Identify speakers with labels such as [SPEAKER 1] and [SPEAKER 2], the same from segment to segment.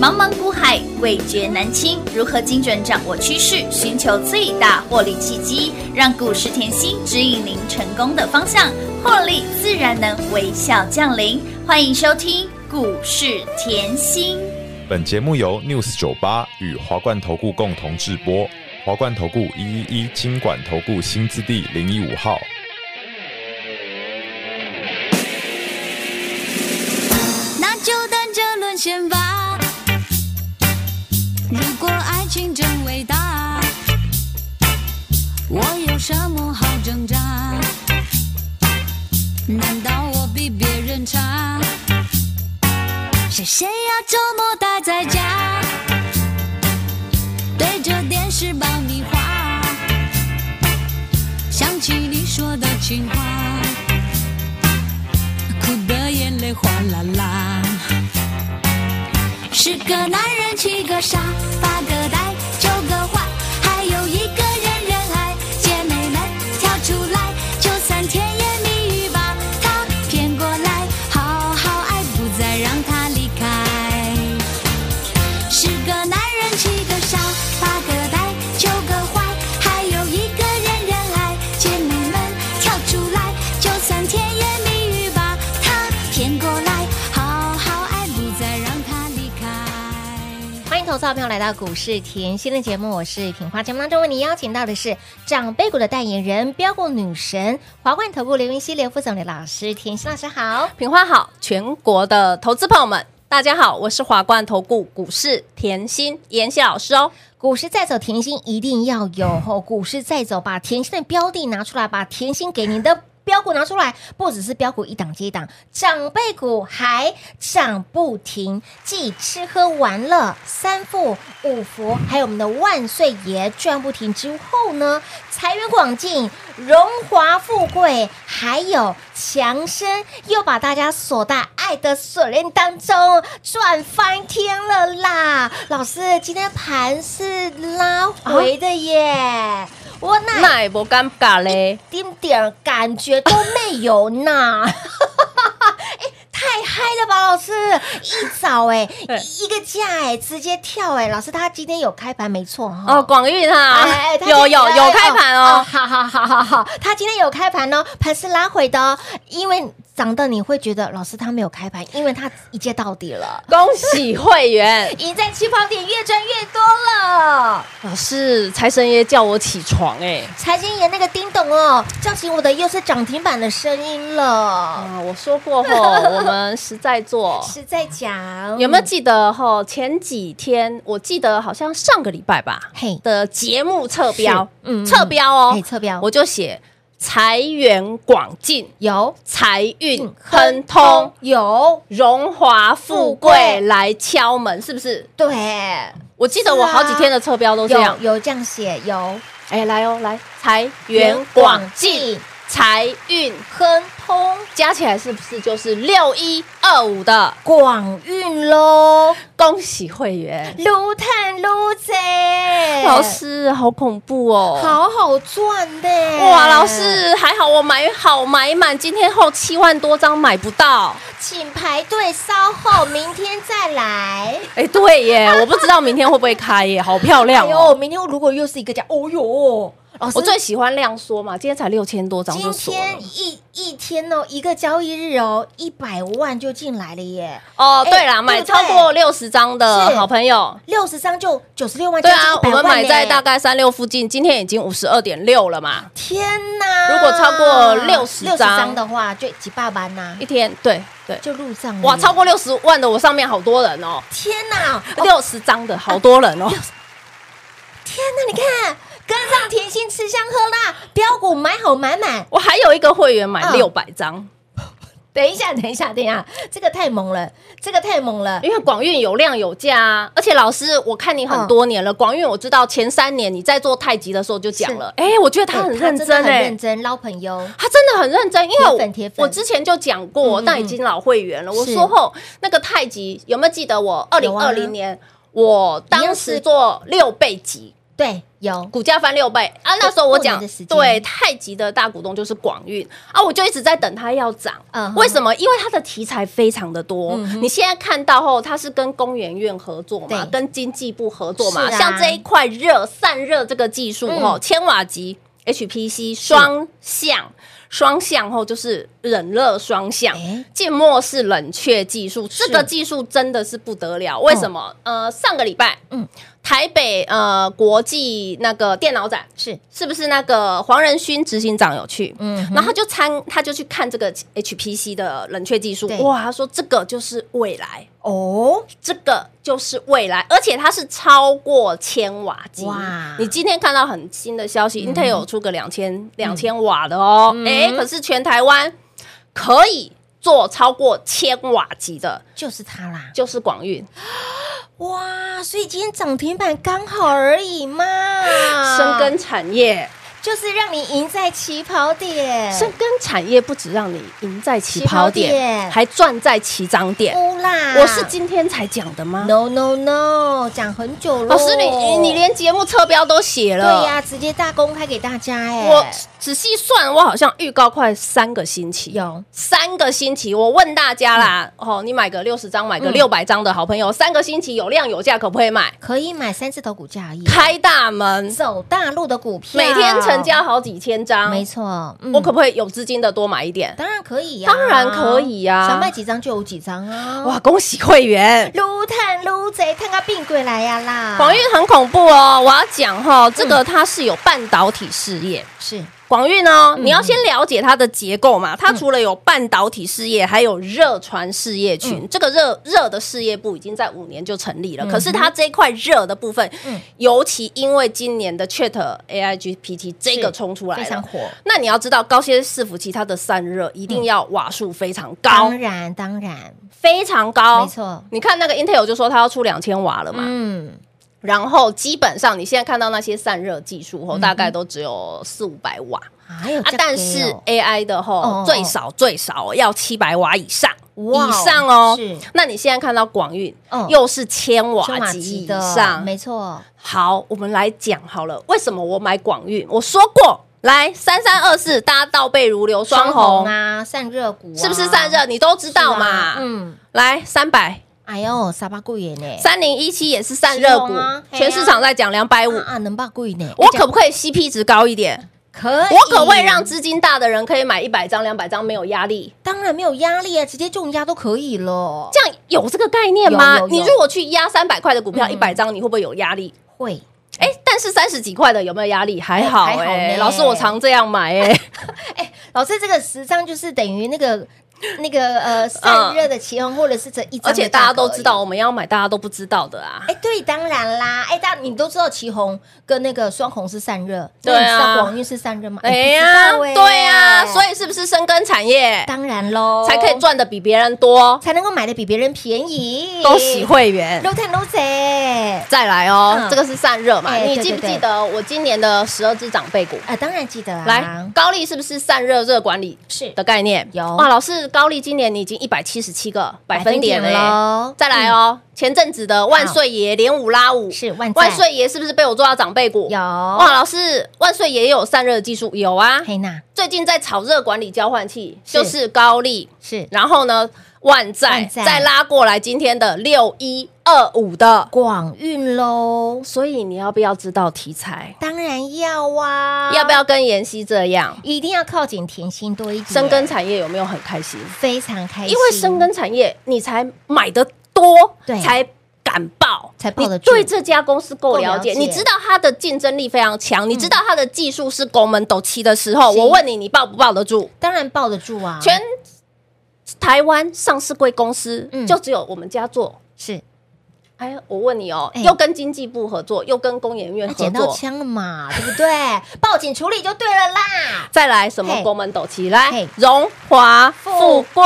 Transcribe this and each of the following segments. [SPEAKER 1] 茫茫股海，味觉难清。如何精准掌握趋势，寻求最大获利契机，让股市甜心指引您成功的方向，获利自然能微笑降临。欢迎收听股市甜心。
[SPEAKER 2] 本节目由 News 九八与华冠投顾共同制播，华冠投顾一一一金管投顾新字第零一五号。
[SPEAKER 3] 那就等着沦陷吧。如果爱情真伟大，我有什么好挣扎？难道我比别人差？是谁要周末待在家，对着电视爆米花，想起你说的情话。哭的眼泪哗啦啦。十个男人七个傻，八个呆，九个坏，还有一个人人爱。姐妹们跳出来，就算甜言蜜语把他骗过来，好好爱，不再让他离开。十个男人，七个傻，八个呆，九个坏，还有一个人人爱。姐妹们跳出来，就算甜言蜜语把他骗过来，好好爱，不再让他离开。
[SPEAKER 4] 欢迎投资好朋友来到股市甜心的节目，我是品花。节目当中为您邀请到的是长辈股的代言人标股女神华冠投顾刘云熙刘副总的老师甜心老师好。
[SPEAKER 5] 品花好，全国的投资朋友们，大家好，我是华冠投顾股市甜心妍希老师哦。
[SPEAKER 4] 股市再走，甜心一定要有吼。股市再走，把甜心的标的拿出来，把甜心给您的。标股拿出来，不只是标股一档接一档，长辈股还涨不停，继吃喝玩乐三富、五福，还有我们的万岁爷赚不停之后呢，财源广进、荣华富贵，还有强生，又把大家锁在爱的锁链当中赚翻天了啦！老师，今天盘是拉回的耶，我那
[SPEAKER 5] 那也不尴尬嘞，
[SPEAKER 4] 丁点儿感觉都没有呢。 哎太嗨了吧，老师！一早哎、
[SPEAKER 5] 对
[SPEAKER 4] 一个价哎、直接跳哎、老师他今天有开盘没错哈
[SPEAKER 5] 哦，广运哈
[SPEAKER 4] 哎哎，他今
[SPEAKER 5] 有有
[SPEAKER 4] 天
[SPEAKER 5] 有开盘哦，
[SPEAKER 4] 好好好好好，他今天有开盘哦，盘是拉回的哦，因为涨的你会觉得老师他没有开盘，因为他一借到底了，。
[SPEAKER 5] 恭喜会员
[SPEAKER 4] 赢在起跑点越赚越多了。
[SPEAKER 5] 老师，财神爷叫我起床哎、
[SPEAKER 4] 财经爷那个叮咚哦，叫醒我的又是涨停板的声音了，
[SPEAKER 5] 啊，我说过 后，我们实在做。
[SPEAKER 4] 是在讲
[SPEAKER 5] 有没有记得吼？前几天我记得好像上个礼拜吧
[SPEAKER 4] 嘿
[SPEAKER 5] 的节目侧标
[SPEAKER 4] 是，嗯嗯
[SPEAKER 5] 侧标哦
[SPEAKER 4] 哎，侧标
[SPEAKER 5] 我就写财源广进，
[SPEAKER 4] 有
[SPEAKER 5] 财运亨通，
[SPEAKER 4] 有，
[SPEAKER 5] 荣华富
[SPEAKER 4] 富贵
[SPEAKER 5] 贵来敲门，是不是？
[SPEAKER 4] 对，
[SPEAKER 5] 我记得我好几天的侧标都这样
[SPEAKER 4] 有。有这样写，有
[SPEAKER 5] 哎，来哦，来，财源广进，财运亨通，加起来是不是就是六一二五的？
[SPEAKER 4] 广运喽，
[SPEAKER 5] 恭喜会员，
[SPEAKER 4] 撸探撸贼，
[SPEAKER 5] 老师，好恐怖哦！
[SPEAKER 4] 好好赚的，
[SPEAKER 5] 哇，老，师还好我买好买满，今天后七万多张买不到。
[SPEAKER 4] 请排队，稍后明天再来。
[SPEAKER 5] 哎，对耶，我不知道明天会不会开耶，好漂亮
[SPEAKER 4] 哎呦，
[SPEAKER 5] 哦！
[SPEAKER 4] 明天如果又是一个价，哦呦，老师
[SPEAKER 5] 我。最喜欢量缩嘛，今天才六千多张
[SPEAKER 4] 今
[SPEAKER 5] 就锁
[SPEAKER 4] 天
[SPEAKER 5] 了。
[SPEAKER 4] 一一天哦，一个交易日哦，一百万就进来了耶！
[SPEAKER 5] 哦，
[SPEAKER 4] 哎
[SPEAKER 5] 对啦，
[SPEAKER 4] 对
[SPEAKER 5] 买
[SPEAKER 4] 不对
[SPEAKER 5] 超过六十张的
[SPEAKER 4] 是哎
[SPEAKER 5] 好朋友。
[SPEAKER 4] 六十张就九十六万，
[SPEAKER 5] 对
[SPEAKER 4] 将
[SPEAKER 5] 啊，
[SPEAKER 4] 近100
[SPEAKER 5] 我
[SPEAKER 4] 万
[SPEAKER 5] 们买在
[SPEAKER 4] 呢
[SPEAKER 5] 大概三六附近，今天已经五十二点六了嘛，
[SPEAKER 4] 天哪！
[SPEAKER 5] 如果超过60张
[SPEAKER 4] 张的话，就几百万呐
[SPEAKER 5] 一，天对对，
[SPEAKER 4] 就入账了
[SPEAKER 5] 哇，超过六十万的，我上面好多人哦，
[SPEAKER 4] 天哪！哦
[SPEAKER 5] 六十张的好多人哦，
[SPEAKER 4] 天哪！你看，跟上甜心吃香喝辣，标股买好买满。
[SPEAKER 5] 我还有一个会员买
[SPEAKER 4] 嗯
[SPEAKER 5] 六百张，
[SPEAKER 4] 等一下，等一下，等一下，这个太猛了，这个太猛了。
[SPEAKER 5] 因为广运有量有价啊，而且老师我看你
[SPEAKER 4] 嗯
[SPEAKER 5] 很多年了，广运我知道前三年你在做太极的时候就讲了，哎，我觉得他很
[SPEAKER 4] 哎
[SPEAKER 5] 认
[SPEAKER 4] 的
[SPEAKER 5] 真
[SPEAKER 4] 很
[SPEAKER 5] 哎
[SPEAKER 4] 认。真捞朋友。
[SPEAKER 5] 他真的很认真，因为
[SPEAKER 4] 铁粉铁
[SPEAKER 5] 我
[SPEAKER 4] 粉
[SPEAKER 5] 我之前就讲过，
[SPEAKER 4] 嗯嗯
[SPEAKER 5] 那已经老会员了。我
[SPEAKER 4] 是
[SPEAKER 5] 说后那个太极有没有记得我二
[SPEAKER 4] 有
[SPEAKER 5] 零
[SPEAKER 4] 啊
[SPEAKER 5] 二零年我当时做六倍级，
[SPEAKER 4] 对， 有
[SPEAKER 5] 股价翻六倍啊！那时候我讲
[SPEAKER 4] 过年的时间，
[SPEAKER 5] 对太极的大股东就是广运啊，我就一直在等它要涨。
[SPEAKER 4] 嗯哼嗯
[SPEAKER 5] 为什么？因为它的题材非常的多。你现在看到后，它是跟工研院合作嘛
[SPEAKER 4] 对，
[SPEAKER 5] 跟经济部合作嘛，
[SPEAKER 4] 是啊
[SPEAKER 5] 像这一块热散热这个技术
[SPEAKER 4] 嗯
[SPEAKER 5] 哦，千瓦级 HPC 双向。双向后就是冷热双向
[SPEAKER 4] 哎，
[SPEAKER 5] 浸没式冷却技术，这个
[SPEAKER 4] 是
[SPEAKER 5] 技术真的是不得了。为什么？呃，上个礼拜，
[SPEAKER 4] 嗯
[SPEAKER 5] 嗯，台北呃国际那个电脑展
[SPEAKER 4] 是，
[SPEAKER 5] 是不是那个黄仁勋执行长有去？
[SPEAKER 4] 嗯哼，
[SPEAKER 5] 然后他就参，他就去看这个 HPC 的冷却技术
[SPEAKER 4] 对。
[SPEAKER 5] 哇，他说这个就是未来，
[SPEAKER 4] 哦，
[SPEAKER 5] 这个就是未来，而且它是超过千瓦级。
[SPEAKER 4] 哇嗯
[SPEAKER 5] 你今天看到很新的消息、i n t e l 有出个两千两千瓦的哦，哎、可是全台湾可以做超过千瓦级的，
[SPEAKER 4] 就是它啦。
[SPEAKER 5] 就是广运。
[SPEAKER 4] 哇，所以今天涨停板刚好而已 嘛，啊
[SPEAKER 5] 深耕产业，
[SPEAKER 4] 就是让你赢在起跑点，
[SPEAKER 5] 深耕产业不只让你赢在起跑点，
[SPEAKER 4] 哎起跑点
[SPEAKER 5] 还赚在起涨点。
[SPEAKER 4] 乌啦！
[SPEAKER 5] 我是今天才讲的吗？
[SPEAKER 4] no no no，讲很久了。
[SPEAKER 5] 老师你，你你连节目侧标都写
[SPEAKER 4] 对
[SPEAKER 5] 了。
[SPEAKER 4] 呀、直接大公开给大家哎、
[SPEAKER 5] 我仔细算，我好像预告快三个星期，
[SPEAKER 4] 有
[SPEAKER 5] 三个星期。我问大家啦，哦，你买个六十张，买个
[SPEAKER 4] 嗯
[SPEAKER 5] 六百张的好朋友，三个星期有量有价，可不可以买？
[SPEAKER 4] 可以买三字头股价而已，
[SPEAKER 5] 开大门，
[SPEAKER 4] 走大路的股票，
[SPEAKER 5] 每天成交好几千张，
[SPEAKER 4] 啊没错。嗯
[SPEAKER 5] 我可不可以有资金的多买一点？
[SPEAKER 4] 当然可以呀、
[SPEAKER 5] 当然可以呀
[SPEAKER 4] 想卖几张就有几张啊！
[SPEAKER 5] 哇，，恭喜会员！
[SPEAKER 4] 撸探撸贼，探个病鬼来呀啦！
[SPEAKER 5] 广运很恐怖哦，我要讲哈、这个它是有半导体事业。
[SPEAKER 4] 是
[SPEAKER 5] 广运哦，
[SPEAKER 4] 嗯
[SPEAKER 5] 你要先了解它的结构嘛。它除了有半导体事业，还有热传事业群。
[SPEAKER 4] 嗯
[SPEAKER 5] 这个热热的事业部已经在五年就成立了，可是它这一块热的部分，
[SPEAKER 4] 嗯
[SPEAKER 5] 尤其因为今年的 Chat AI GPT 这个冲出来
[SPEAKER 4] 非常
[SPEAKER 5] 了。
[SPEAKER 4] 火，
[SPEAKER 5] 那你要知道，高阶伺服器它的散热一定要瓦数非常高，
[SPEAKER 4] 嗯当然当然，
[SPEAKER 5] 非常高，
[SPEAKER 4] 没。错，
[SPEAKER 5] 你看那个 Intel 就说它要出两千瓦了嘛，
[SPEAKER 4] 嗯，
[SPEAKER 5] 然后基本上你现在看到那些散热技术
[SPEAKER 4] 嗯
[SPEAKER 5] 后，大概都只有四五百瓦
[SPEAKER 4] 还有
[SPEAKER 5] 啊，但是 AI 的
[SPEAKER 4] 哦
[SPEAKER 5] 吼
[SPEAKER 4] 哦
[SPEAKER 5] 最少最少要七百瓦以上。
[SPEAKER 4] 哇
[SPEAKER 5] 以上哦
[SPEAKER 4] 是，
[SPEAKER 5] 那你现在看到广运
[SPEAKER 4] 嗯
[SPEAKER 5] 又是千
[SPEAKER 4] 中
[SPEAKER 5] 瓦
[SPEAKER 4] 马
[SPEAKER 5] 级
[SPEAKER 4] 级
[SPEAKER 5] 以
[SPEAKER 4] 的
[SPEAKER 5] 上，
[SPEAKER 4] 没错，
[SPEAKER 5] 好，我们来讲好了，为什么我买广运？我说过，来三三二四，大家倒背如流，双红
[SPEAKER 4] 啊，散热股啊
[SPEAKER 5] 是不是散热？你都知道
[SPEAKER 4] 是啊
[SPEAKER 5] 嘛？
[SPEAKER 4] 嗯，
[SPEAKER 5] 来三百
[SPEAKER 4] 哎呦，沙巴贵耶呢，
[SPEAKER 5] 三零一七也是散热
[SPEAKER 4] 是
[SPEAKER 5] 股
[SPEAKER 4] 哦啊，嘿啊
[SPEAKER 5] 全市场在讲两百五
[SPEAKER 4] 啊，啊，能把贵呢？
[SPEAKER 5] 我可不可以 CP 值高一点？
[SPEAKER 4] 可以，
[SPEAKER 5] 我可不可以让资金大的人可以买一百张、两百张没有压力？
[SPEAKER 4] 当然没有压力啊，直接重压都可以了，
[SPEAKER 5] 这样有这个概念
[SPEAKER 4] 有
[SPEAKER 5] 吗
[SPEAKER 4] 有有？
[SPEAKER 5] 你如果去压三百块的股票
[SPEAKER 4] 嗯
[SPEAKER 5] 一百张，你会不会有压力？
[SPEAKER 4] 会
[SPEAKER 5] 哎，但是三十几块的有没有压力？还好
[SPEAKER 4] 还好呢
[SPEAKER 5] 哎，老师我常这样买 哎，
[SPEAKER 4] 老师这个十张就是等于那个那个呃散热的期望，或者是这一张，
[SPEAKER 5] 而且大家都知道。我们要买大家都不知道的啊。
[SPEAKER 4] 哎，对，当然啦，哎，大你都知道旗红跟那个双红是散热，那
[SPEAKER 5] 对啊
[SPEAKER 4] 你知道广运是散热吗？
[SPEAKER 5] 哎
[SPEAKER 4] 呀
[SPEAKER 5] 呀，，对呀，所以是不是深耕产业
[SPEAKER 4] 欸当然喽，
[SPEAKER 5] 才可以赚的比别人多？
[SPEAKER 4] 才能够买的比别人便宜，
[SPEAKER 5] 恭喜会员，
[SPEAKER 4] 撸碳撸贼
[SPEAKER 5] 再来哦，
[SPEAKER 4] 嗯
[SPEAKER 5] 这个是散热嘛？
[SPEAKER 4] 哎
[SPEAKER 5] 你
[SPEAKER 4] 对
[SPEAKER 5] 记不
[SPEAKER 4] 对对
[SPEAKER 5] 记得我今年的十二只长辈股？
[SPEAKER 4] 啊！当然记得啊，
[SPEAKER 5] 来，高丽是不是散热热管理
[SPEAKER 4] 是
[SPEAKER 5] 的概念？
[SPEAKER 4] 有
[SPEAKER 5] 哇，老师，高丽今年你已经一百七十七个百分点了耶。
[SPEAKER 4] 喽，
[SPEAKER 5] 再来
[SPEAKER 4] 嗯
[SPEAKER 5] 哦，前阵子的万岁爷连五拉五，
[SPEAKER 4] 是万载
[SPEAKER 5] 万岁爷是不是被我做到长辈股？
[SPEAKER 4] 有
[SPEAKER 5] 哇，老师，万岁爷有散热技术，有啊。
[SPEAKER 4] 黑娜
[SPEAKER 5] 最近在炒热管理交换器，
[SPEAKER 4] 是
[SPEAKER 5] 就是高丽，
[SPEAKER 4] 是
[SPEAKER 5] 然后呢，万载
[SPEAKER 4] 万载
[SPEAKER 5] 再拉过来今天的六一二五的，
[SPEAKER 4] 广运喽，
[SPEAKER 5] 所以你要不要知道题材？
[SPEAKER 4] 当然要啊，
[SPEAKER 5] 要不？要跟妍希这样？
[SPEAKER 4] 一定要靠近甜心多一点，
[SPEAKER 5] 深耕产业有没有很开心？
[SPEAKER 4] 非常开心，
[SPEAKER 5] 因为深耕产业，你才买的多，
[SPEAKER 4] 对
[SPEAKER 5] 才敢报，
[SPEAKER 4] 才抱得
[SPEAKER 5] 你
[SPEAKER 4] 住
[SPEAKER 5] 对这家公司够了解，
[SPEAKER 4] 够了解嗯
[SPEAKER 5] 你知道它的竞争力非常强，你知道它的技术是拱门斗七的时候，
[SPEAKER 4] 是
[SPEAKER 5] 我问你，你抱不抱得住？
[SPEAKER 4] 当然抱得住啊，
[SPEAKER 5] 全台湾上市贵公司
[SPEAKER 4] 嗯
[SPEAKER 5] 就只有我们家做。
[SPEAKER 4] 是
[SPEAKER 5] 哎，我问你哦
[SPEAKER 4] 哎，
[SPEAKER 5] 又跟经济部合作，又跟工研院
[SPEAKER 4] 那
[SPEAKER 5] 合
[SPEAKER 4] 捡到
[SPEAKER 5] 作，
[SPEAKER 4] 枪了嘛，对不 对？报警处理就对了啦，
[SPEAKER 5] 再来什么
[SPEAKER 4] 嘿
[SPEAKER 5] 拱门斗七？来
[SPEAKER 4] 嘿，
[SPEAKER 5] 荣华富贵。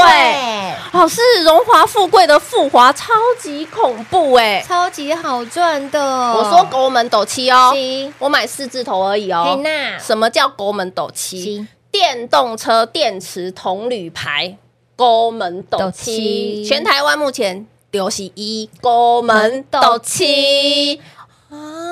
[SPEAKER 5] 老师，荣华富贵的富华超级恐怖哎、
[SPEAKER 4] 超级好赚的，我
[SPEAKER 5] 我说狗门斗七哦，
[SPEAKER 4] 行，
[SPEAKER 5] 我买四字头而已
[SPEAKER 4] 黑
[SPEAKER 5] 哦。
[SPEAKER 4] 娜
[SPEAKER 5] 什么叫狗门斗七？
[SPEAKER 4] 行，
[SPEAKER 5] 电动车电池铜铝牌狗门斗
[SPEAKER 4] 斗
[SPEAKER 5] 七，
[SPEAKER 4] 七
[SPEAKER 5] 全台湾目前流行一狗门斗七，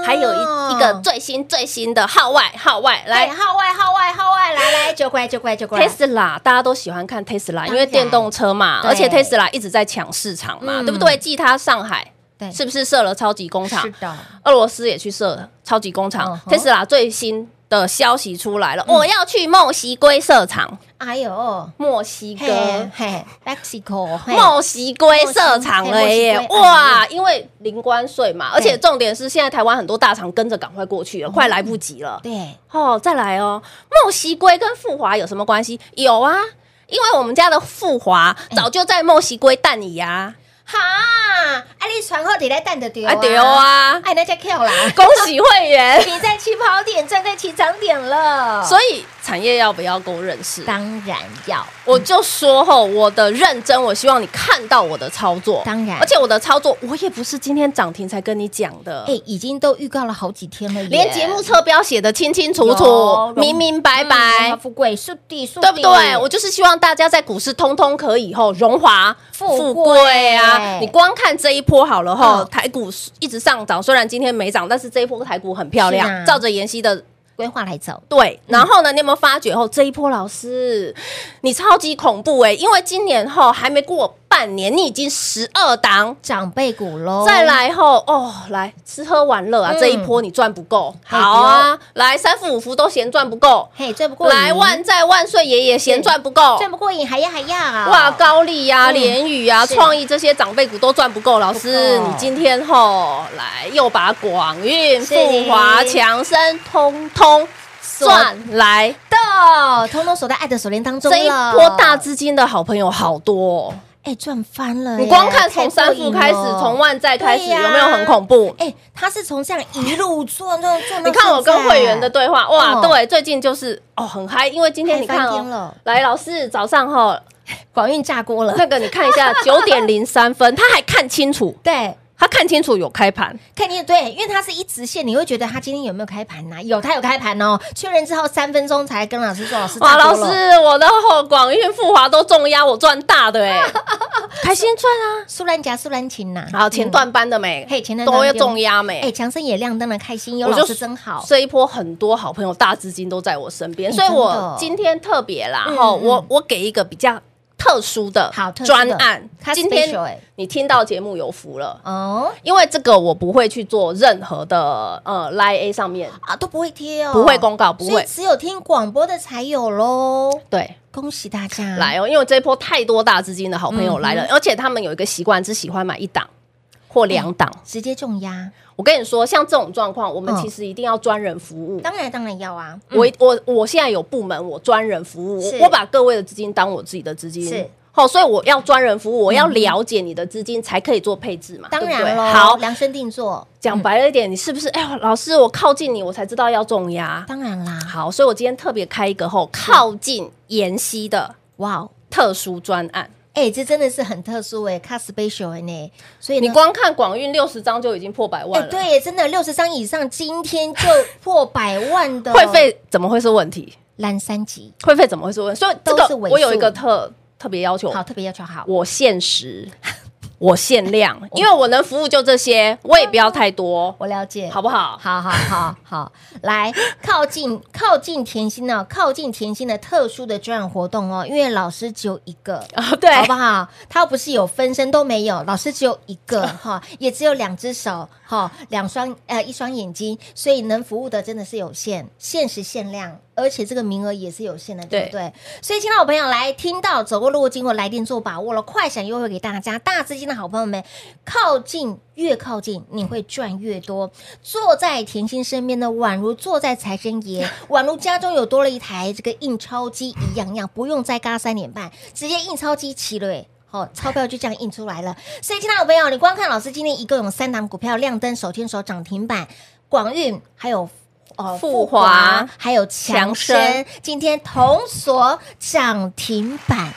[SPEAKER 5] 还有一一
[SPEAKER 4] 啊
[SPEAKER 5] 个最新最新的号外号外
[SPEAKER 4] 来
[SPEAKER 5] 来。
[SPEAKER 4] 哦号外号外号外，来来九块九块九块，
[SPEAKER 5] Tesla 大家都喜欢看 Tesla，因
[SPEAKER 4] 当
[SPEAKER 5] 为
[SPEAKER 4] 然
[SPEAKER 5] 电动车嘛，
[SPEAKER 4] 对
[SPEAKER 5] 而且 Tesla 一直在抢市场嘛，
[SPEAKER 4] 嗯
[SPEAKER 5] 对不对？继它上海
[SPEAKER 4] 对，
[SPEAKER 5] 是不是设了超级工厂
[SPEAKER 4] 是？的，
[SPEAKER 5] 俄罗斯也去设超级工厂
[SPEAKER 4] 嗯哼嗯
[SPEAKER 5] ，Tesla 最新的消息出来了，我要去墨西哥设厂，
[SPEAKER 4] 哎呦，
[SPEAKER 5] 墨西
[SPEAKER 4] 嘿
[SPEAKER 5] 哥。
[SPEAKER 4] 嘿，Mexico，嘿
[SPEAKER 5] 墨西哥设厂了耶
[SPEAKER 4] 墨西！哥嗯
[SPEAKER 5] 哇，因为零关税嘛，而且
[SPEAKER 4] 对
[SPEAKER 5] 重点是现在台湾很多大厂跟着赶快过
[SPEAKER 4] 嗯
[SPEAKER 5] 去了，快来不及了。
[SPEAKER 4] 对，
[SPEAKER 5] 哦，再来哦，墨西哥跟富华有什么关系？有啊，因为我们家的富华
[SPEAKER 4] 嗯
[SPEAKER 5] 早就在墨西哥蛋里呀、
[SPEAKER 4] 哈，哎，你传后底来蛋的丢
[SPEAKER 5] 啊，对，啊，
[SPEAKER 4] 哎，那家 Q 啦，
[SPEAKER 5] 恭喜会 员。
[SPEAKER 4] 你在起跑点，站在起涨点了，
[SPEAKER 5] 所以产业要不要够认识？
[SPEAKER 4] 当然要，
[SPEAKER 5] 我就说吼，我的认真，我希望你看到我的操作。
[SPEAKER 4] 当然
[SPEAKER 5] 而且我的操作，我也不是今天涨停才跟你讲的。
[SPEAKER 4] 哎，已经都预告了好几天了耶，
[SPEAKER 5] 连节目车标写的清清楚楚
[SPEAKER 4] 有、
[SPEAKER 5] 明明白
[SPEAKER 4] 嗯荣华
[SPEAKER 5] 白，
[SPEAKER 4] 富贵速递速递，
[SPEAKER 5] 对不对？我就是希望大家在股市通通可以吼荣华
[SPEAKER 4] 富
[SPEAKER 5] 啊！
[SPEAKER 4] 贵
[SPEAKER 5] 你光看这一波好了吼，
[SPEAKER 4] 嗯
[SPEAKER 5] 台股一直上涨，虽然今天没涨，但是这一波台股很漂亮，
[SPEAKER 4] 是啊
[SPEAKER 5] 照着妍希的。
[SPEAKER 4] 规划来走，
[SPEAKER 5] 对，然后呢？你有没有发觉哦后这一波老师，你超级恐怖哎、因为今年后还没过半年，你已经十二档
[SPEAKER 4] 长辈股喽，
[SPEAKER 5] 再来后哦，来吃喝玩乐啊，
[SPEAKER 4] 嗯
[SPEAKER 5] 这一波你赚不够，
[SPEAKER 4] 哎
[SPEAKER 5] 好啊，来三富五福都嫌赚不够，
[SPEAKER 4] 嘿，赚不过瘾
[SPEAKER 5] 来万载万岁爷爷嫌赚不够，
[SPEAKER 4] 赚不过瘾，还要还要，
[SPEAKER 5] 哇，高丽呀、
[SPEAKER 4] 嗯
[SPEAKER 5] 联宇啊、
[SPEAKER 4] 是
[SPEAKER 5] 创意这些长辈股都赚不够，老师，
[SPEAKER 4] 不够
[SPEAKER 5] 你今天吼来又把广运、
[SPEAKER 4] 是
[SPEAKER 5] 富华、强生通通赚来，
[SPEAKER 4] 到，通通锁在爱的手链当中了
[SPEAKER 5] 这一波大资金的好朋友好多、哦，
[SPEAKER 4] 哎赚翻了耶，
[SPEAKER 5] 你光看从
[SPEAKER 4] 太过
[SPEAKER 5] 三
[SPEAKER 4] 瘾
[SPEAKER 5] 富
[SPEAKER 4] 了
[SPEAKER 5] 开始，从万载开始，
[SPEAKER 4] 对呀
[SPEAKER 5] 有没有很恐怖？
[SPEAKER 4] 哎，他是从这样一路做做做，
[SPEAKER 5] 你看我跟会员的，对话，哇，
[SPEAKER 4] 哦
[SPEAKER 5] 对，最近就是哦很嗨，因为今天你看
[SPEAKER 4] 嗨翻天
[SPEAKER 5] 哦
[SPEAKER 4] 了，
[SPEAKER 5] 来老师早上哈，
[SPEAKER 4] 广运炸锅了，
[SPEAKER 5] 那个你看一下九点零三分，他还看清楚，
[SPEAKER 4] 对。
[SPEAKER 5] 他看清楚有开盘，
[SPEAKER 4] 看见对，因为它是一直线，你会觉得它今天有没有开盘呐、有，它有开盘哦。确认之后三分钟才跟老师说，老师
[SPEAKER 5] 哇，
[SPEAKER 4] 炸
[SPEAKER 5] 老
[SPEAKER 4] 锅了
[SPEAKER 5] 师我的后广运富华都重压，我赚大 的哎，开心赚啊！
[SPEAKER 4] 苏兰夹苏兰琴呐、
[SPEAKER 5] 好，前段班的没
[SPEAKER 4] 嗯，嘿，前段
[SPEAKER 5] 都要
[SPEAKER 4] 中
[SPEAKER 5] 重压没
[SPEAKER 4] 哎，？强生也亮灯了，开心，有
[SPEAKER 5] 我就
[SPEAKER 4] 老师真好，
[SPEAKER 5] 这一波很多好朋友大资金都在我身边，
[SPEAKER 4] 哎
[SPEAKER 5] 所以
[SPEAKER 4] 真的
[SPEAKER 5] 我今天特别啦，
[SPEAKER 4] 嗯
[SPEAKER 5] 哈，
[SPEAKER 4] 嗯
[SPEAKER 5] 我我给一个比较特殊的
[SPEAKER 4] 好特殊的
[SPEAKER 5] 专案
[SPEAKER 4] 它，
[SPEAKER 5] 今
[SPEAKER 4] special
[SPEAKER 5] 天
[SPEAKER 4] 哎
[SPEAKER 5] 你听到节目有福了。
[SPEAKER 4] 哦
[SPEAKER 5] 因为这个我不会去做任何的呃 Line A 上面
[SPEAKER 4] 啊，都不会贴哦，
[SPEAKER 5] 不会公告，不
[SPEAKER 4] 所以
[SPEAKER 5] 会
[SPEAKER 4] 只有听广播的才有喽。
[SPEAKER 5] 对
[SPEAKER 4] 恭喜大家，
[SPEAKER 5] 来哦，因为这一波太多大资金的好朋友来了，
[SPEAKER 4] 嗯
[SPEAKER 5] 而且他们有一个习惯，只喜欢买一档或两档。
[SPEAKER 4] 直接重压，
[SPEAKER 5] 我跟你说，像这种状况，我们
[SPEAKER 4] 嗯
[SPEAKER 5] 其实一定要专人服务。
[SPEAKER 4] 当然当然要啊，嗯
[SPEAKER 5] 我我我现在有部门，我专人服务，
[SPEAKER 4] 是
[SPEAKER 5] 我我把各位的资金当我自己的资金。
[SPEAKER 4] 是嗯
[SPEAKER 5] 好，所以我要专人服务，我要了解你的资金才可以做配置嘛，
[SPEAKER 4] 当
[SPEAKER 5] 对不对
[SPEAKER 4] 然喽，
[SPEAKER 5] 好，
[SPEAKER 4] 量身定做，
[SPEAKER 5] 讲白了一点，你是不是？哎呦，老师，我靠近你，我才知道要重压。
[SPEAKER 4] 当然啦，
[SPEAKER 5] 好，所以我今天特别开一个后靠近妍希的
[SPEAKER 4] 哇哦。
[SPEAKER 5] 特殊专案。
[SPEAKER 4] 哎，这真的是很特殊哎，卡 special 哎呢，所以呢
[SPEAKER 5] 你光看广运六十张就已经破百
[SPEAKER 4] 哎、
[SPEAKER 5] 万了，，
[SPEAKER 4] 对，真的六十张以上，今天就破百万的
[SPEAKER 5] 会费怎么会是问题？
[SPEAKER 4] 蓝三级，
[SPEAKER 5] 会费怎么会是问题？所以这
[SPEAKER 4] 都是
[SPEAKER 5] 个
[SPEAKER 4] 尾
[SPEAKER 5] 我有一
[SPEAKER 4] 数
[SPEAKER 5] 个特特别要求，
[SPEAKER 4] 好，特别要求好，
[SPEAKER 5] 我限时，我限量，因为我能服务就这些，我也不要太多，
[SPEAKER 4] 我了解，
[SPEAKER 5] 好不好？
[SPEAKER 4] 好好好好，来靠近靠近甜心哦，靠近甜心的特殊的专案活动哦，因为老师只有一个。
[SPEAKER 5] 啊，对，
[SPEAKER 4] 好不好？他不是有分身都没有，老师只有一 个哈，也只有两只手哈，两双呃一双眼睛，所以能服务的真的是有限，限时限量，而且这个名额也是有限的，对不对？所以，亲爱的朋友来听到走过路过经过来电做把握了，快闪优惠给大家，大资金的好朋友们，靠近越靠近，你会赚越多。坐在甜心身边的，宛如坐在财神 爷，宛如家中有多了一台这个印钞机一样样，不用再嘎三点半，直接印钞机起了、欸。好、钞票就这样印出来了。所以，亲爱的朋友，你光看老师今天一共有三档股票亮灯手牵手涨停板，广运还有哦
[SPEAKER 5] 富华
[SPEAKER 4] 还有强
[SPEAKER 5] 强
[SPEAKER 4] 生，
[SPEAKER 5] 生
[SPEAKER 4] 今天同锁涨停板。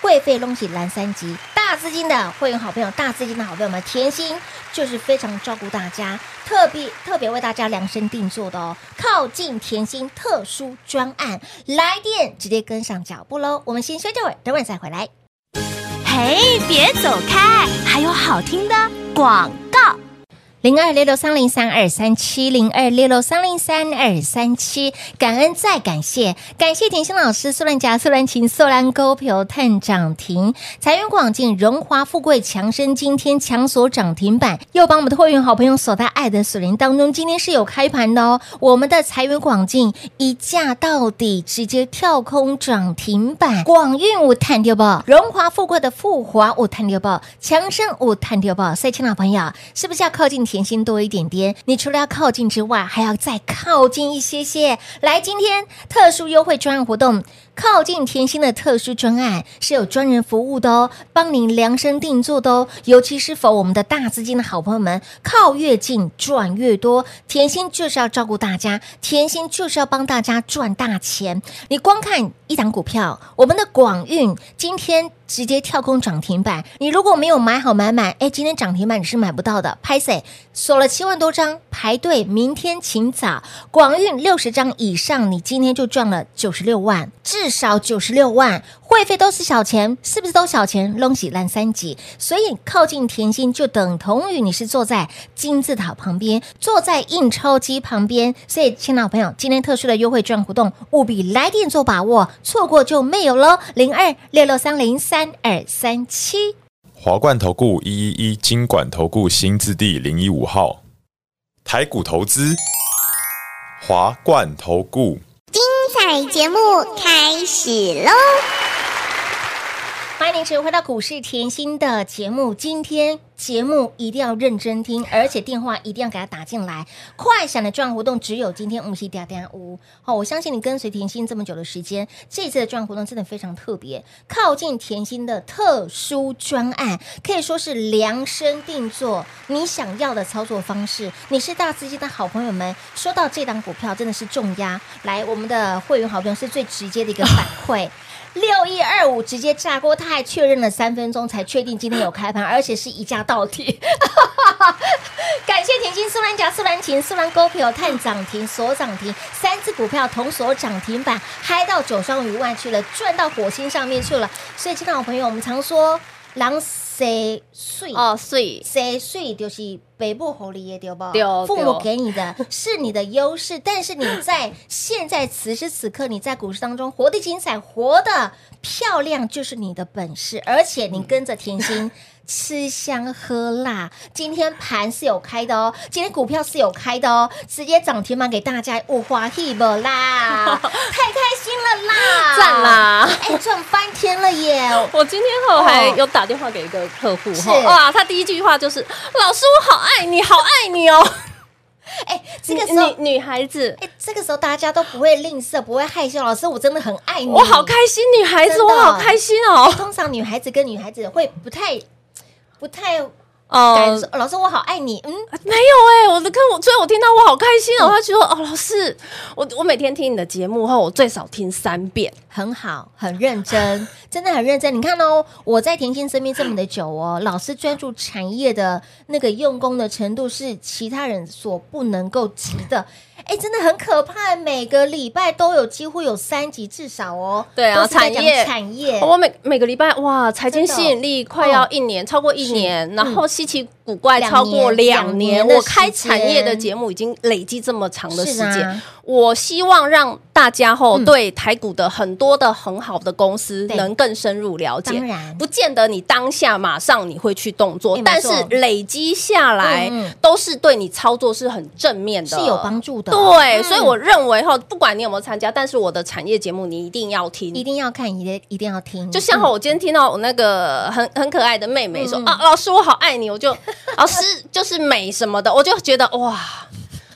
[SPEAKER 4] 贵妃隆起蓝三级，大资金的会员好朋友，大资金的好朋友们，甜心就是非常照顾大家，特别特别为大家量身定做的哦。靠近甜心特殊专案，来电直接跟上脚步喽。我们先休息会儿，等会儿再回来。
[SPEAKER 3] 嘿，别走开，还有好听的广告。
[SPEAKER 4] 零二六六三零三二三七零二六六三零三二三七。感恩再感谢，感谢甜心老师、苏兰甲、苏兰琴、苏兰勾票探涨停，财源广进、荣华富贵强升，今天强锁涨停板，又帮我们的会员好朋友锁在爱的锁链当中。今天是有开盘的哦，我们的财源广进一价到底，直接跳空涨停板，广运五探六报，荣华富贵的富华五探六报，强升五探六报。所以，亲爱的朋友，是不是要靠近甜心多一点点？你除了要靠近之外，还要再靠近一些些。来，今天特殊优惠专案活动。靠近甜心的特殊专案是有专人服务的哦，帮您量身定做的哦。尤其是否我们的大资金的好朋友们，靠越近赚越多。甜心就是要照顾大家，甜心就是要帮大家赚大钱。你光看一档股票，我们的广运今天直接跳空涨停板，你如果没有买好买满，哎，今天涨停板你是买不到的。拍谁锁了七万多张，排队，明天请早。广运六十张以上，你今天就赚了九十六万，至少九十六万。会费都是小钱，是不是都小钱？隆起烂三级，所以靠近甜心就等同于你是坐在金字塔旁边，坐在印钞机旁边。所以，亲老朋友，今天特殊的优惠券活动，务必来电做把握，错过就没有喽。零二六六三零三二三七。
[SPEAKER 2] 华冠投顾一一一金管投顾新字第零一五号，台股投资，华冠投顾。
[SPEAKER 6] 彩节目开始喽！
[SPEAKER 4] 欢迎您持续回到股市甜心的节目。今天节目一定要认真听，而且电话一定要给他打进来。快闪的赚活动只有今天五七嗲嗲五。好，我相信你跟随甜心这么久的时间，这次的赚活动真的非常特别，靠近甜心的特殊专案，可以说是量身定做你想要的操作方式。你是大资金的好朋友们，说到这档股票真的是重压，来我们的会员好朋友是最直接的一个反馈。六一二五直接炸锅，他还确认了三分钟才确定今天有开盘，而且是一价到底。 感谢甜心苏兰甲、苏兰琴、苏兰勾票探涨停、锁涨停，三只股票同锁涨停板，嗨到九双鱼万去了，赚到火星上面去了。所以，亲爱的朋友，我们常说狼谁睡
[SPEAKER 5] 哦，所以
[SPEAKER 4] 谁睡就是北部狐狸也丢吧，
[SPEAKER 5] 对对
[SPEAKER 4] 父母给你的 是你的优势，但是你在现在此时此刻，你在股市当中活得精彩，活得漂亮，就是你的本事，而且你跟着甜心。吃香喝辣，今天盘是有开的哦，今天股票是有开的哦，直接涨停板给大家，五花 h e 啦，太开心了啦，
[SPEAKER 5] 赞！啦！
[SPEAKER 4] 哎，赚翻天了耶！
[SPEAKER 5] 我今天后还有打电话给一个客户
[SPEAKER 4] 是
[SPEAKER 5] 后，哇，他第一句话就是：“老师，我好爱你，好爱你 哦。
[SPEAKER 4] 哎，”这
[SPEAKER 5] 女
[SPEAKER 4] 个时候
[SPEAKER 5] 女女孩子，
[SPEAKER 4] 哎，这个时候大家都不会吝啬，不会害羞。老师，我真的很爱你，
[SPEAKER 5] 我好开心，女孩子，
[SPEAKER 4] 真的
[SPEAKER 5] 我好开心哦。
[SPEAKER 4] 通常女孩子跟女孩子会不太、不太感
[SPEAKER 5] 哦
[SPEAKER 4] 受。，老师，我好爱你。嗯，
[SPEAKER 5] 没有哎、我的跟我，所以我听到我好开心哦。他觉得哦，老师，我我每天听你的节目后，我最少听三遍。
[SPEAKER 4] 很好，很认真，真的很认真。你看哦，我在甜心身边这么的久哦，老师专注产业的那个用功的程度是其他人所不能够及的。哎，真的很可怕，每个礼拜都有几乎有三集至少哦。
[SPEAKER 5] 对啊
[SPEAKER 4] 都是在讲
[SPEAKER 5] 产业
[SPEAKER 4] 产业
[SPEAKER 5] 哦我每每个礼拜哇，财经
[SPEAKER 4] 真的嗯
[SPEAKER 5] 吸引力快要一年，超过一年，然后稀奇古怪超过
[SPEAKER 4] 两
[SPEAKER 5] 两
[SPEAKER 4] 年
[SPEAKER 5] 年。
[SPEAKER 4] 两年的
[SPEAKER 5] 我开
[SPEAKER 4] 时
[SPEAKER 5] 产业的
[SPEAKER 4] 间
[SPEAKER 5] 节目已经累积这么长的时
[SPEAKER 4] 是啊
[SPEAKER 5] 间，我希望让大家吼
[SPEAKER 4] 嗯
[SPEAKER 5] 对台股的很多的很好的公司
[SPEAKER 4] 对
[SPEAKER 5] 能更深入了解
[SPEAKER 4] 当。然
[SPEAKER 5] 不见得你当下马上你会去动作
[SPEAKER 4] 哎，没
[SPEAKER 5] 但是
[SPEAKER 4] 错
[SPEAKER 5] 累积下来
[SPEAKER 4] 嗯嗯
[SPEAKER 5] 都是对你操作是很正面的，
[SPEAKER 4] 是有帮助的。
[SPEAKER 5] 对，
[SPEAKER 4] 嗯
[SPEAKER 5] 所以我认为哈，不管你有没有参加，但是我的产业节目你一定要听，
[SPEAKER 4] 一定要看，一定一定要听。
[SPEAKER 5] 就像我今天听到我那个很很可爱的妹妹说、
[SPEAKER 4] 嗯
[SPEAKER 5] 啊，老师我好爱你，我就老师就是美什么的，我就觉得哇。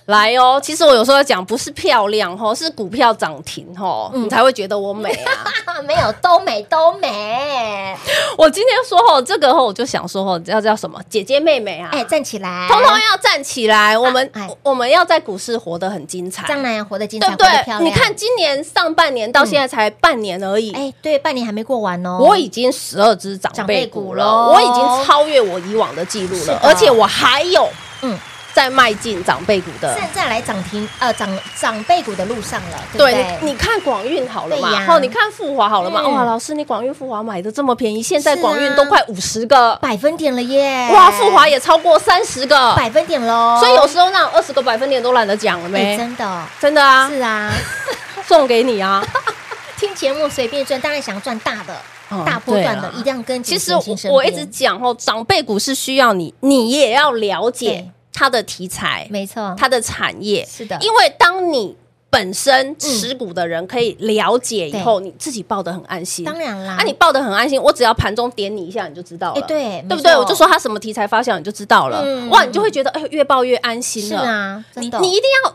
[SPEAKER 5] 来哦，其实我有时候讲不是漂亮哦，是股票涨停哦，
[SPEAKER 4] 嗯
[SPEAKER 5] 你才会觉得我美啊。
[SPEAKER 4] 啊， 没有都美都美，
[SPEAKER 5] 我今天说哦，这个哦，我就想说哦，要叫什么姐姐妹妹啊，
[SPEAKER 4] 哎，站起来，
[SPEAKER 5] 通通要站起来，我们、
[SPEAKER 4] 哎
[SPEAKER 5] 我们要在股市活得很精彩，
[SPEAKER 4] 将来活得精
[SPEAKER 5] 对
[SPEAKER 4] 彩，
[SPEAKER 5] 不
[SPEAKER 4] 活得漂亮。嗯
[SPEAKER 5] 对？你看，今年上半年到现在才半年而已，
[SPEAKER 4] 哎，对，半年还没过完哦，
[SPEAKER 5] 我已经十二只长辈股了，
[SPEAKER 4] 长辈股咯
[SPEAKER 5] 我已经超越我以往的记录
[SPEAKER 4] 是的
[SPEAKER 5] 了，而且我还有
[SPEAKER 4] 嗯
[SPEAKER 5] 嗯。在迈进长辈股的。
[SPEAKER 4] 现在来涨停呃涨长辈股的路上了，对不
[SPEAKER 5] 对
[SPEAKER 4] 对？
[SPEAKER 5] 你，你看广运好了嘛
[SPEAKER 4] 对呀，
[SPEAKER 5] 哦，你看富华好了嘛，
[SPEAKER 4] 嗯
[SPEAKER 5] 哇，老师，你广运富华买的这么便宜，现在
[SPEAKER 4] 是啊
[SPEAKER 5] 广运都快五十个，
[SPEAKER 4] 百分点了耶！
[SPEAKER 5] 哇，富华也超过三十个，
[SPEAKER 4] 百分点喽，
[SPEAKER 5] 所以有时候那种二十个百分点都懒得讲了
[SPEAKER 4] 哎
[SPEAKER 5] 没？
[SPEAKER 4] 真的哦
[SPEAKER 5] 真的啊，
[SPEAKER 4] 是啊，
[SPEAKER 5] 送给你 啊。
[SPEAKER 4] 听节目随便赚，当然想要赚大的、
[SPEAKER 5] 嗯
[SPEAKER 4] 大波段的，
[SPEAKER 5] 对啊
[SPEAKER 4] 一定要跟
[SPEAKER 5] 其
[SPEAKER 4] 紧
[SPEAKER 5] 实
[SPEAKER 4] 甜
[SPEAKER 5] 我
[SPEAKER 4] 心身
[SPEAKER 5] 我一
[SPEAKER 4] 边
[SPEAKER 5] 直讲哦，长辈股是需要你，你也要了
[SPEAKER 4] 对
[SPEAKER 5] 解它的题材、
[SPEAKER 4] 没错，
[SPEAKER 5] 它的产业，
[SPEAKER 4] 是的
[SPEAKER 5] 因为当你本身持股的人可以了解以后，你自己报的很安心。
[SPEAKER 4] 嗯当然啦，
[SPEAKER 5] 啊，你报的很安心，我只要盘中点你一下，你就知道了，
[SPEAKER 4] 哎对
[SPEAKER 5] 对不
[SPEAKER 4] 没
[SPEAKER 5] 对？
[SPEAKER 4] 错
[SPEAKER 5] 我就说它什么题材发酵，你就知道了。
[SPEAKER 4] 嗯
[SPEAKER 5] 哇，你就会觉得，哎呦，越报越安心
[SPEAKER 4] 是
[SPEAKER 5] 了。
[SPEAKER 4] 啊，真
[SPEAKER 5] 你
[SPEAKER 4] 的，
[SPEAKER 5] 你一定要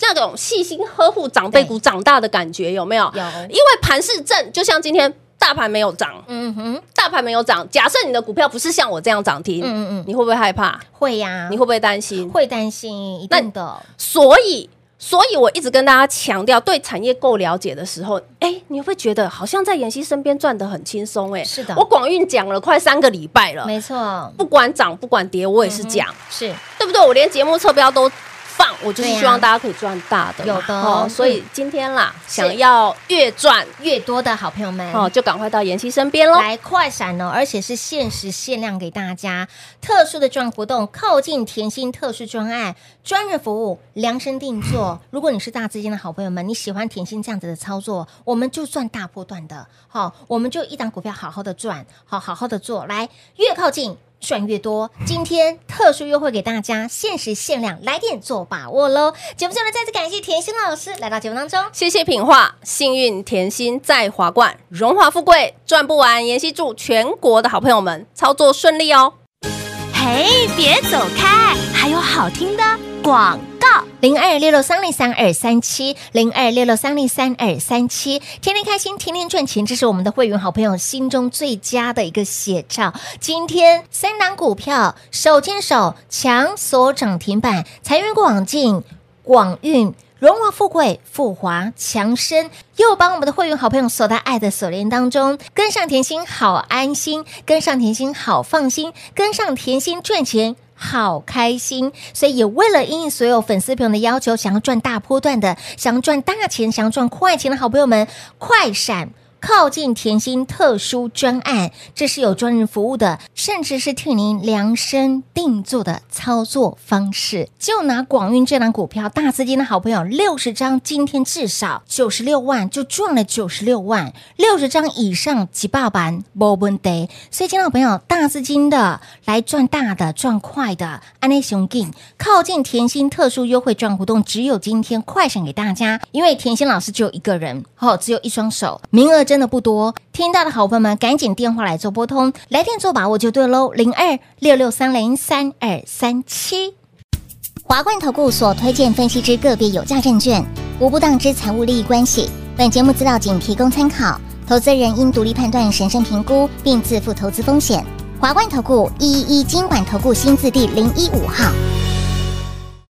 [SPEAKER 5] 那种细心呵护长辈股长大的感觉，有没有？
[SPEAKER 4] 有
[SPEAKER 5] 因为盘势正，就像今天大盘没有涨，
[SPEAKER 4] 嗯哼，
[SPEAKER 5] 大盘没有涨。假设你的股票不是像我这样涨停，
[SPEAKER 4] 嗯嗯嗯
[SPEAKER 5] 你会不会害怕？
[SPEAKER 4] 会呀，
[SPEAKER 5] 你会不会担心？
[SPEAKER 4] 会担心，一定的，
[SPEAKER 5] 所以，所以我一直跟大家强调，对产业够了解的时候，哎，你会不会觉得好像在妍希身边赚得很轻松、哎，
[SPEAKER 4] 是的
[SPEAKER 5] 我广运讲了快三个礼拜了，
[SPEAKER 4] 没嗯错，
[SPEAKER 5] 不管涨不管跌，我也是讲，
[SPEAKER 4] 呃是
[SPEAKER 5] 对不对？我连节目侧标都放，我就是
[SPEAKER 4] 对呀
[SPEAKER 5] 希望大家可以赚大的嘛，
[SPEAKER 4] 有的
[SPEAKER 5] 哦
[SPEAKER 4] 嗯
[SPEAKER 5] 所以今天啦，想要越赚
[SPEAKER 4] 越多的好朋友们
[SPEAKER 5] 哦，就赶快到妍希身边喽。
[SPEAKER 4] 嗯来快闪哦，而且是限时限量给大家。特殊的专案活动，靠近甜心特殊专案，专人服务，量身定做。如果你是大资金的好朋友们，你喜欢甜心这样子的操作，我们就赚大波段的，好、我们就一档股票好好的赚，好好好的做，来越靠近。赚越多，今天特殊优惠给大家，限时限量，来电做把握喽！节目最后呢，再次感谢甜心老师来到节目当中。
[SPEAKER 5] 谢谢品画，幸运甜心在华冠，荣华富贵赚不完。妍希祝全国的好朋友们操作顺利哦。
[SPEAKER 6] 嘿，别走开，还有好听的广告。
[SPEAKER 4] 零二六六三零三二三七，零二六六三零三二三七，天天开心，天天赚钱，这是我们的会员好朋友心中最佳的一个写照。今天三档股票手牵手强锁涨停板，财源广进、广运。荣华富贵、富华强身，又把我们的会员好朋友锁在爱的锁链当中，跟上甜心好安心，跟上甜心好放心，跟上甜心赚钱。好开心，所以也为了应应所有粉丝朋友的要求，想要赚大波段的，想要赚大钱，想要赚快钱的好朋友们，快闪！靠近甜心特殊专案，这是有专人服务的，甚至是替您量身定做的操作方式。就拿广运这档股票，大资金的好朋友六十张，今天至少九十六万就赚了九十六万，六十张以上几百万没问题。所以，亲爱的朋友，大资金的来赚大的、赚快的，安内雄劲靠近甜心特殊优惠赚活动，只有今天快闪给大家，因为甜心老师只有一个人，哦，只有一双手，名额真的不多。听到的好朋友们，赶紧电话来做拨通，来电做把握就对喽，零二六六三零三二三七。
[SPEAKER 6] 华冠投顾所推荐分析之个别有价证券，无不当之财务利益关系。本节目资料仅提供参考，投资人应独立判断、审慎评估，并自负投资风险。华冠投顾一一一金管投顾新字第零一五号。